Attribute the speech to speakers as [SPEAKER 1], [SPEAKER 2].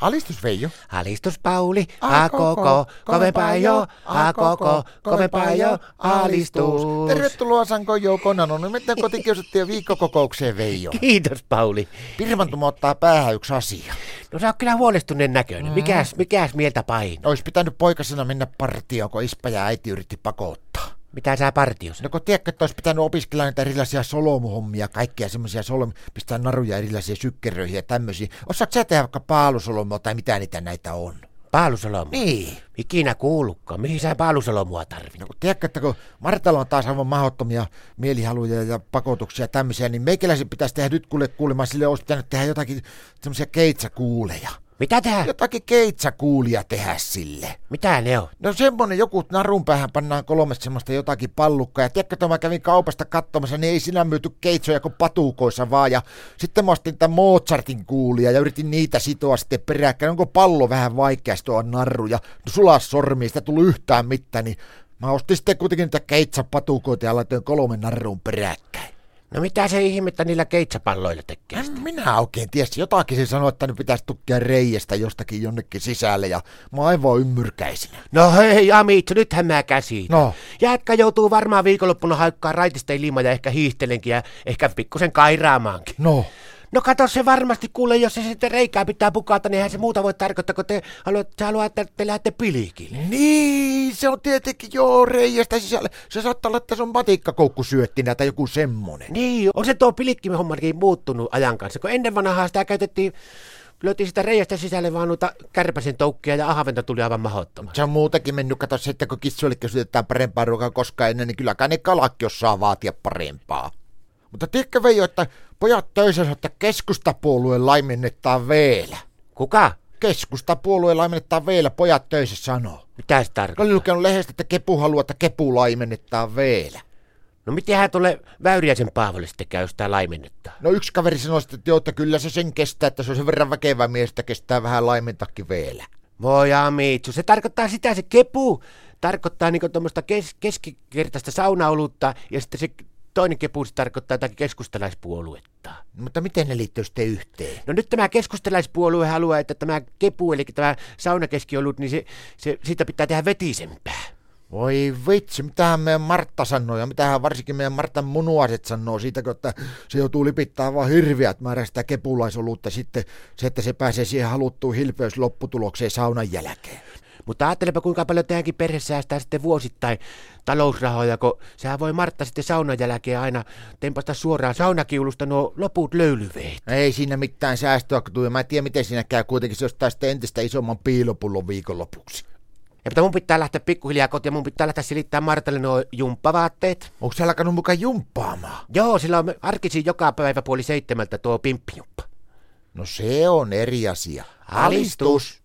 [SPEAKER 1] Alistus Veijo.
[SPEAKER 2] Alistus Pauli, a koko, kovempaa jo, a koko, kovempaa jo, alistus.
[SPEAKER 1] Tervetuloa Sanko Joukon anonymitten kotikiusattujen viikkokokoukseen Veijo.
[SPEAKER 2] Kiitos Pauli.
[SPEAKER 1] Pirvantuma ottaa päähän yksi asia.
[SPEAKER 2] No sä oot kyllä huolestuneen näköinen. Mikäs, mikäs mieltä paino?
[SPEAKER 1] Ois pitänyt poikasena mennä partioon, kun ispa ja äiti yritti pakottaa.
[SPEAKER 2] Mitä sä partios?
[SPEAKER 1] No kun tiedätkö, että olisi pitänyt opiskella näitä erilaisia solmuhommia, kaikkia semmoisia solm, pistää naruja erilaisia sykkeröihin ja tämmöisiä. Osaatko sä tehdä vaikka paalusolomua tai mitä niitä näitä on?
[SPEAKER 2] Paalusolomu.
[SPEAKER 1] Niin.
[SPEAKER 2] Ikinä kuullutkaan. Mihin sä paalusolomua tarvit?
[SPEAKER 1] No kun tiedätkö, että kun Martalla on taas aivan mahdottomia mielihaluja ja pakotuksia ja tämmöisiä, niin meikäläisen pitäisi tehdä nyt kuule kuulemma, sille olisi pitänyt tehdä jotakin semmoisia keitsäkuuleja.
[SPEAKER 2] Mitä tää?
[SPEAKER 1] Jotakin keitsäkuulia tehdä sille.
[SPEAKER 2] Mitä ne on?
[SPEAKER 1] No semmonen joku että narun päähän pannaan kolme semmoista jotakin pallukkaa. Ja tiedätkö, että mä kävin kaupasta katsomassa, niin ei sinä myyty keitsoja kuin patukoissa vaan. Ja sitten mä ostin tämän Mozartin kuulia ja yritin niitä sitoa sitten peräkkäin. Onko pallo vähän vaikea sitoa narruja? No sulaa sormiin, sitä tuli yhtään mitään, niin mä ostin sitten kuitenkin niitä keitsapatukoita ja laitoin kolmen narruun peräkkäin.
[SPEAKER 2] No mitä se ihmettä niillä keitsapalloilla tekee?
[SPEAKER 1] En minä oikein tiedä. Jotakin se sanoi, että ne pitäisi tukkia reijestä jostakin jonnekin sisälle ja mä oon aivan ymmyrkäisinä.
[SPEAKER 2] No hei Amitsu, nythän mä käsin.
[SPEAKER 1] No.
[SPEAKER 2] Jätkä joutuu varmaan viikonloppuna haikkaa raitista ilmaa ja ehkä hiihtelenkin ja ehkä pikkusen kairaamaankin.
[SPEAKER 1] No.
[SPEAKER 2] No kato se varmasti kuule, jos se sitten reikää pitää pukata, niin eihän se muuta voi tarkoittaa, kun te haluat, sä haluat, että te lähdette pilikille.
[SPEAKER 1] Niin, se on tietenkin joo reijestä sisälle. Se saattaa olla, että se on matikkakoukku syöttinä tai joku semmonen.
[SPEAKER 2] Niin, on se tuo pilikki-hommakin muuttunut ajan kanssa, kun ennen vanhaa sitä käytettiin, löytiin sitä reiästä sisälle vaan noita kärpäsen toukkia ja ahventa tuli aivan mahdottomasti.
[SPEAKER 1] Se on muutenkin mennyt, kato se, että kun kissoillekin syötetään parempaa ruokaa koskaan ennen, niin kylläkään ne kalakki osaa vaatia parempaa. Mutta tiedätkö Veijo, että pojat töissä sanoo, että keskustapuolue laimennetaan vielä.
[SPEAKER 2] Kuka?
[SPEAKER 1] Keskustapuolue laimennetaan vielä, pojat töissä sanoo.
[SPEAKER 2] Mitä se
[SPEAKER 1] Mä olin
[SPEAKER 2] tarkoittaa?
[SPEAKER 1] lukenut lehdestä, että kepu haluaa, että kepu laimennetaan vielä.
[SPEAKER 2] No mitenhän tuolle Väyriäisen Paavolle sitten käy jos sitä laimennettaa?
[SPEAKER 1] No yksi kaveri sanoi, sitten, että joo, että kyllä se sen kestää, että se on sen verran väkevä mies, että kestää vähän laimentakin vielä.
[SPEAKER 2] Voi amitsu, se tarkoittaa sitä, se kepu tarkoittaa niinku tuommoista kes- keskikertaista saunaolutta ja sitten se toinen kepu se tarkoittaa jotakin keskustalaispuoluetta.
[SPEAKER 1] Mutta miten ne liittyy sitten yhteen?
[SPEAKER 2] No nyt tämä keskustalaispuolue haluaa, että tämä kepu, eli tämä saunakeskiolut, niin se, se, siitä pitää tehdä vetisempää.
[SPEAKER 1] Voi vitsi, mitähän meidän Martta sanoo ja mitähän varsinkin meidän Martan munuaiset sanoo siitä, kun että se joutuu lipittämään vaan hirviät määrä sitä kepulaisolutta sitten se, että se pääsee siihen haluttuun hilpeyslopputulokseen saunan jälkeen.
[SPEAKER 2] Mutta ajattelepa, kuinka paljon tähänkin perhe säästää sitten vuosittain talousrahoja, kun sehän voi Martta sitten saunan jälkeen aina tempasta suoraan saunakiulusta nuo loput löylyveet.
[SPEAKER 1] No Ei siinä mitään säästöä, kun tuli. Mä en tiedä, miten siinä käy. Kuitenkin se ostaa sitten entistä isomman piilopullon viikonlopuksi.
[SPEAKER 2] Ja mutta mun pitää lähteä pikkuhiljaa kotiin, mun pitää lähteä silittää Martalle nuo jumppavaatteet.
[SPEAKER 1] Onko se alkanut mukaan jumppaamaan?
[SPEAKER 2] Joo, sillä on arkisin joka päivä puoli seitsemältä tuo pimppijumppa.
[SPEAKER 1] No se on eri asia.
[SPEAKER 2] Alistus.